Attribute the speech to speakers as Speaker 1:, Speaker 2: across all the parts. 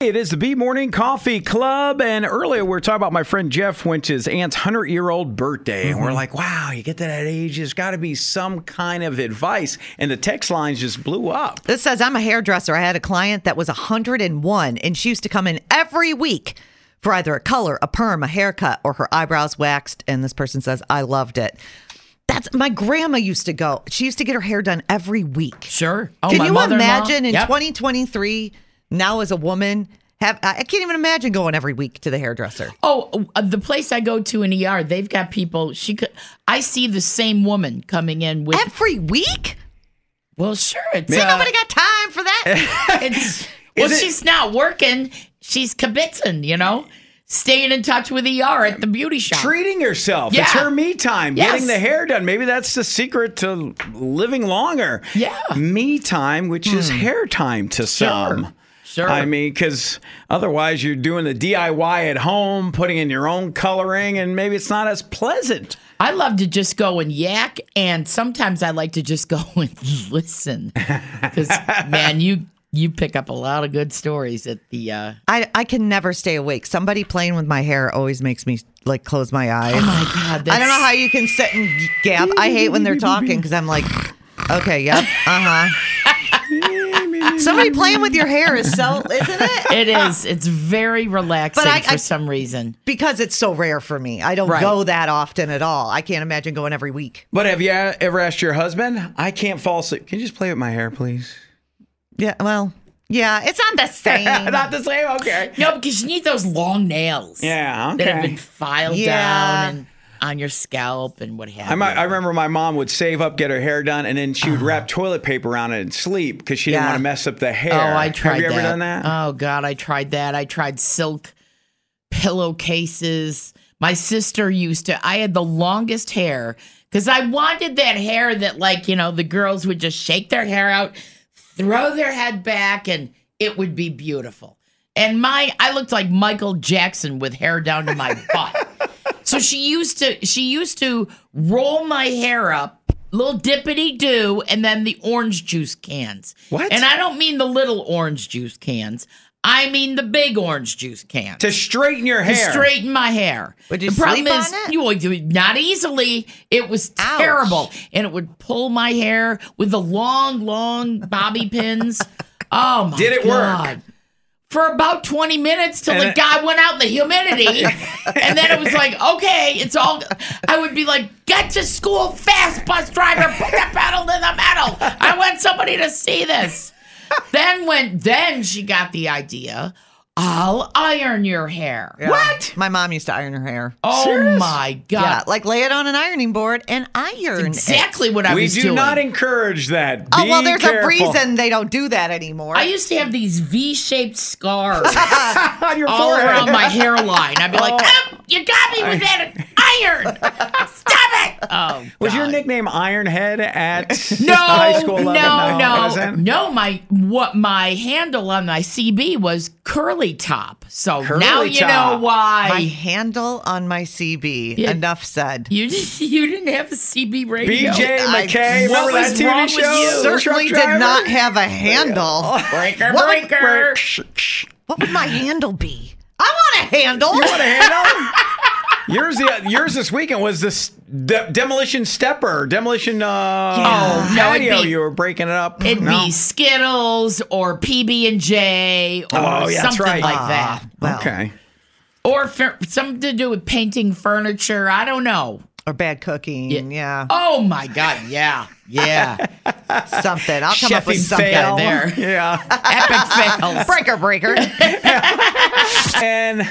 Speaker 1: It is the B Morning Coffee Club, and earlier we were talking about my friend Jeff went to his aunt's hundred-year-old birthday, and
Speaker 2: Mm-hmm.
Speaker 1: we're like, "Wow, you get to that age, there's got to be some kind of advice." And the text lines just blew up.
Speaker 3: This says, I'm a hairdresser. I had a client that was 101 and she used to come in every week for either a color, a perm, a haircut, or her eyebrows waxed. And this person says, I loved it. That's my grandma used to go. She used to get her hair done every week.
Speaker 2: Sure. Oh,
Speaker 3: Can
Speaker 2: my
Speaker 3: you
Speaker 2: mother-in-law.
Speaker 3: imagine in
Speaker 2: Yep.
Speaker 3: 2023, now as a woman, have I I can't even imagine going every week to the hairdresser.
Speaker 2: Oh, uh, the place I go to in ER, they've got people. She could. I see the same woman coming in with.
Speaker 3: Every week?
Speaker 2: well, sure. It's
Speaker 3: Ain't
Speaker 2: uh,
Speaker 3: nobody got time for that.
Speaker 2: it's- well,
Speaker 1: it-
Speaker 2: she's not working. She's kibitzing. You know, staying in touch with ER at the beauty shop.
Speaker 1: Treating herself. It's
Speaker 2: Yeah.
Speaker 1: her me time.
Speaker 2: Yes.
Speaker 1: Getting the hair done. Maybe that's the secret to living longer.
Speaker 2: Yeah. Hmm.
Speaker 1: Me time, which is hair time to some.
Speaker 2: Sure.
Speaker 1: I mean, because otherwise you're doing the DIY at home, putting in your own coloring, and maybe it's not as pleasant.
Speaker 2: I love to just go and yak, and sometimes I like to just go and listen. Because man, you you pick up a lot of good stories at the. Uh,
Speaker 3: I, I can never stay awake. Somebody playing with my hair always makes me like close my eyes.
Speaker 2: oh my god! That's,
Speaker 3: I don't know how you can sit and gab. I hate when they're talking because I'm like, okay, yep, uh huh. Somebody playing with your hair is so, isn't it?
Speaker 2: It is. It's very relaxing
Speaker 3: I-
Speaker 2: for
Speaker 3: I-
Speaker 2: some reason.
Speaker 3: Because it's so rare for me. I don't
Speaker 2: Right.
Speaker 3: go that often at all. I can't imagine going every week.
Speaker 1: But have you ever asked your husband, I can't fall asleep. Can you just play with my hair, please?
Speaker 3: Yeah, well, yeah, it's not the same.
Speaker 1: Not the same? Okay.
Speaker 2: No, because you need those long nails.
Speaker 1: Yeah,
Speaker 2: That have
Speaker 1: okay.
Speaker 2: been filed
Speaker 3: Yeah.
Speaker 2: down and on your scalp and what have
Speaker 1: I,
Speaker 2: you.
Speaker 1: might, I remember my mom would save up, get her hair done, and then she would wrap toilet paper around it and sleep because she didn't
Speaker 3: Yeah.
Speaker 1: want to mess up the hair.
Speaker 2: Uh-huh. oh, I tried
Speaker 1: Have you
Speaker 2: that.
Speaker 1: ever done that?
Speaker 2: Oh God, I tried that. I tried silk pillowcases. My sister used to. I had the longest hair because I wanted that hair that, like you know, the girls would just shake their hair out, throw their head back, and it would be beautiful. And my, I looked like Michael Jackson with hair down to my butt. So she used to she used to roll my hair up, little dippity do, and then the orange juice cans.
Speaker 1: What?
Speaker 2: And I don't mean the little orange juice cans. I mean the big orange juice cans.
Speaker 1: to straighten your
Speaker 2: To
Speaker 1: hair.
Speaker 2: straighten my hair.
Speaker 3: Would you
Speaker 2: the problem
Speaker 3: sleep on
Speaker 2: is
Speaker 3: it?
Speaker 2: you would do it not easily. It was
Speaker 3: Ouch.
Speaker 2: terrible, and it would pull my hair with the long, long bobby pins. Oh my!
Speaker 1: Did it work?
Speaker 2: God. For about twenty minutes till
Speaker 1: And
Speaker 2: the
Speaker 1: it-
Speaker 2: guy went out in the humidity, and then it was like, okay, it's all. I would be like, get to school fast, bus driver, put the pedal to the metal. I want somebody to see this. Then when then she got the idea, I'll iron your hair.
Speaker 3: Yeah. My mom used to iron her hair.
Speaker 2: Oh my god!
Speaker 3: Yeah, like lay it on an ironing board and iron it.
Speaker 2: exactly what I
Speaker 1: We
Speaker 2: was
Speaker 1: do
Speaker 2: doing.
Speaker 1: not encourage that.
Speaker 3: Oh,
Speaker 1: Be
Speaker 3: well, there's
Speaker 1: careful.
Speaker 3: a reason they don't do that anymore.
Speaker 2: I used to have these V-shaped scars
Speaker 1: on your
Speaker 2: all
Speaker 1: forehead.
Speaker 2: around my hairline. I'd be like, oh, "You got me with that iron! Stop it!" Oh,
Speaker 1: was your
Speaker 2: God.
Speaker 1: nickname Ironhead at
Speaker 2: No,
Speaker 1: high school level?
Speaker 2: no,
Speaker 1: Was
Speaker 2: no,
Speaker 1: that-
Speaker 2: no. My what my handle on my CB was curly top. So
Speaker 1: Curly
Speaker 2: now you
Speaker 1: top.
Speaker 2: know why
Speaker 3: my handle on my CB.
Speaker 2: Yeah.
Speaker 3: Enough said.
Speaker 2: you didn't, you didn't have a CB radio.
Speaker 1: BJ
Speaker 3: I-
Speaker 1: McKay,
Speaker 2: What
Speaker 1: remember that
Speaker 2: was
Speaker 1: TV
Speaker 2: wrong with
Speaker 1: show?
Speaker 2: you?
Speaker 1: The truck
Speaker 3: Certainly did
Speaker 1: driver? Oh.
Speaker 3: not have a handle.
Speaker 2: breaker,
Speaker 3: What would-
Speaker 2: breaker.
Speaker 3: What would my handle be? I want a handle.
Speaker 1: You want a handle? yours, the, yours this weekend was this de- demolition stepper, demolition uh,
Speaker 2: Yeah. Oh, no, it'd
Speaker 1: patio.
Speaker 2: be-
Speaker 1: you were breaking it up.
Speaker 2: It'd
Speaker 1: No?
Speaker 2: be Skittles or PB and J or
Speaker 1: Oh, yeah, that's
Speaker 2: something
Speaker 1: right.
Speaker 2: like
Speaker 1: Ah,
Speaker 2: that,
Speaker 3: Well,
Speaker 1: okay.
Speaker 2: or fur- something to do with painting furniture. I don't know.
Speaker 3: Or bad cooking. Yeah.
Speaker 2: Oh my God! Yeah, yeah.
Speaker 3: Something. I'll come up with
Speaker 1: Chefing
Speaker 3: something
Speaker 1: fail.
Speaker 2: there.
Speaker 1: Yeah.
Speaker 2: Epic fails.
Speaker 3: Breaker, breaker.
Speaker 1: and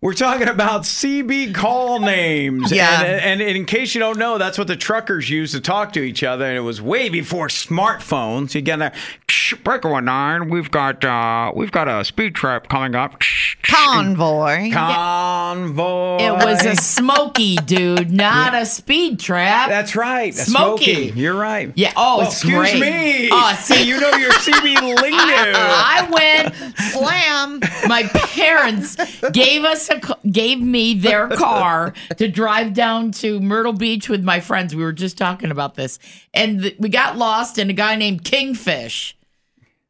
Speaker 1: We're talking about CB call names.
Speaker 3: Yeah.
Speaker 1: And, and in case you don't know, that's what the truckers used to talk to each other. And it was way before smartphones. You get there, "Ksh, breaker one nine. We've got uh, we've got a speed trap coming up. Ksh, ksh."
Speaker 3: Convoy.
Speaker 1: Convoy.
Speaker 2: It was a smoky dude, not a speed trap.
Speaker 1: That's right. a
Speaker 2: Smokey.
Speaker 1: You're right.
Speaker 2: Yeah. Oh, it's
Speaker 1: excuse
Speaker 2: great.
Speaker 1: me.
Speaker 2: Oh, see-
Speaker 1: you know your CB lingo.
Speaker 2: I went.
Speaker 3: Slam.
Speaker 2: My parents gave us a ca- gave me their car to drive down to Myrtle Beach with my friends. We were just talking about this, and th- we got lost. And a guy named Kingfish,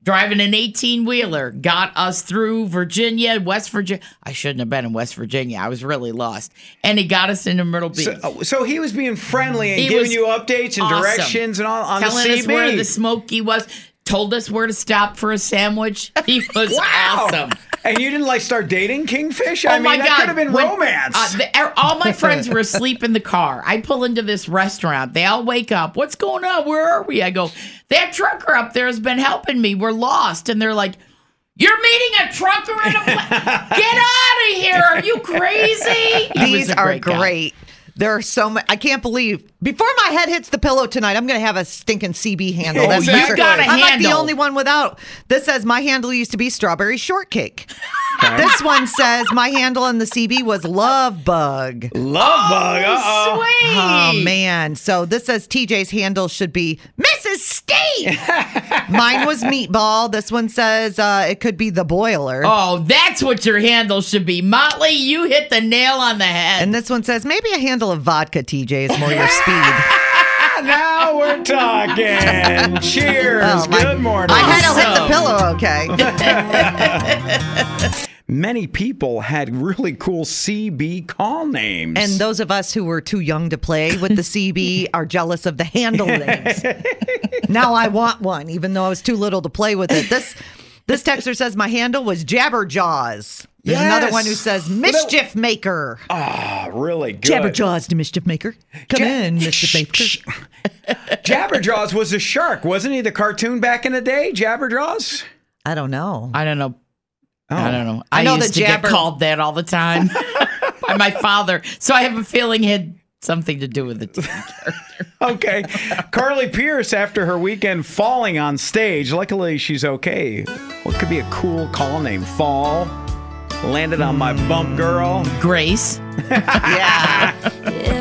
Speaker 2: driving an eighteen wheeler, got us through Virginia, West Virginia. I shouldn't have been in West Virginia. I was really lost, and he got us into Myrtle Beach.
Speaker 1: So, uh, so he was being friendly and
Speaker 2: He
Speaker 1: giving
Speaker 2: was
Speaker 1: you updates and
Speaker 2: awesome.
Speaker 1: directions and all on
Speaker 2: telling
Speaker 1: the CB.
Speaker 2: us where the smoky was, told us where to stop for a sandwich. He was
Speaker 1: Wow.
Speaker 2: awesome.
Speaker 1: And you didn't like start dating Kingfish? I
Speaker 2: oh
Speaker 1: mean,
Speaker 2: my
Speaker 1: that
Speaker 2: God.
Speaker 1: could have been
Speaker 2: When-
Speaker 1: romance.
Speaker 2: uh, the- all my friends were asleep in the car. I pull into this restaurant. They all wake up. What's going on? Where are we? I go, that trucker up there has been helping me. We're lost. And they're like, you're meeting a trucker in a pla- Get out of here. Are you crazy? He was
Speaker 3: These
Speaker 2: a
Speaker 3: are great.
Speaker 2: guy.
Speaker 3: There are so many. I can't believe. Before my head hits the pillow tonight, I'm going to have a stinking CB handle.
Speaker 1: Oh,
Speaker 3: That's
Speaker 1: you
Speaker 3: for sure.
Speaker 2: got a
Speaker 3: I'm like the
Speaker 2: handle.
Speaker 3: only one without. This says my handle used to be strawberry shortcake. This one says my handle on the CB was love bug.
Speaker 1: Love bug. Uh-oh.
Speaker 2: oh, Sweet.
Speaker 3: Oh man! So this says TJ's handle should be Mrs. Steve. Mine was meatball. This one says uh, it could be the boiler.
Speaker 2: Oh, that's what your handle should be. Motley, you hit the nail on the head.
Speaker 3: And this one says maybe a handle of vodka. TJ is more your speed.
Speaker 1: Ah, Now we're talking. Cheers.
Speaker 3: Oh, my-
Speaker 1: Good morning.
Speaker 3: My head'll hit the
Speaker 2: Awesome.
Speaker 3: pillow. Okay.
Speaker 1: Many people had really cool CB call names.
Speaker 3: and those of us who were too young to play with the CB are jealous of the handle names. now I want one, even though I was too little to play with it. This this texter says my handle was Jabberjaws. There's another
Speaker 1: Yes.
Speaker 3: one who says
Speaker 1: Well, that-
Speaker 3: mischief maker.
Speaker 1: Ah, really good.
Speaker 3: Jabberjaws to mischief maker. Come
Speaker 1: Ja-
Speaker 3: in, mischief
Speaker 1: Shh,
Speaker 3: maker.
Speaker 1: Jabberjaws was a shark, wasn't he? The cartoon back in the day, Jabberjaws.
Speaker 3: I don't know.
Speaker 2: I don't know. I don't know.
Speaker 3: I
Speaker 2: I,
Speaker 3: know
Speaker 2: used
Speaker 3: that
Speaker 2: to
Speaker 3: Jabber-
Speaker 2: get called that all the time by my father, so I have a feeling it had something to do with it.
Speaker 1: Okay. Carly Pierce, after her weekend falling on stage, luckily she's okay. What could be a cool call name? Fall. Landed on my bump, girl.
Speaker 2: Grace.
Speaker 3: Yeah.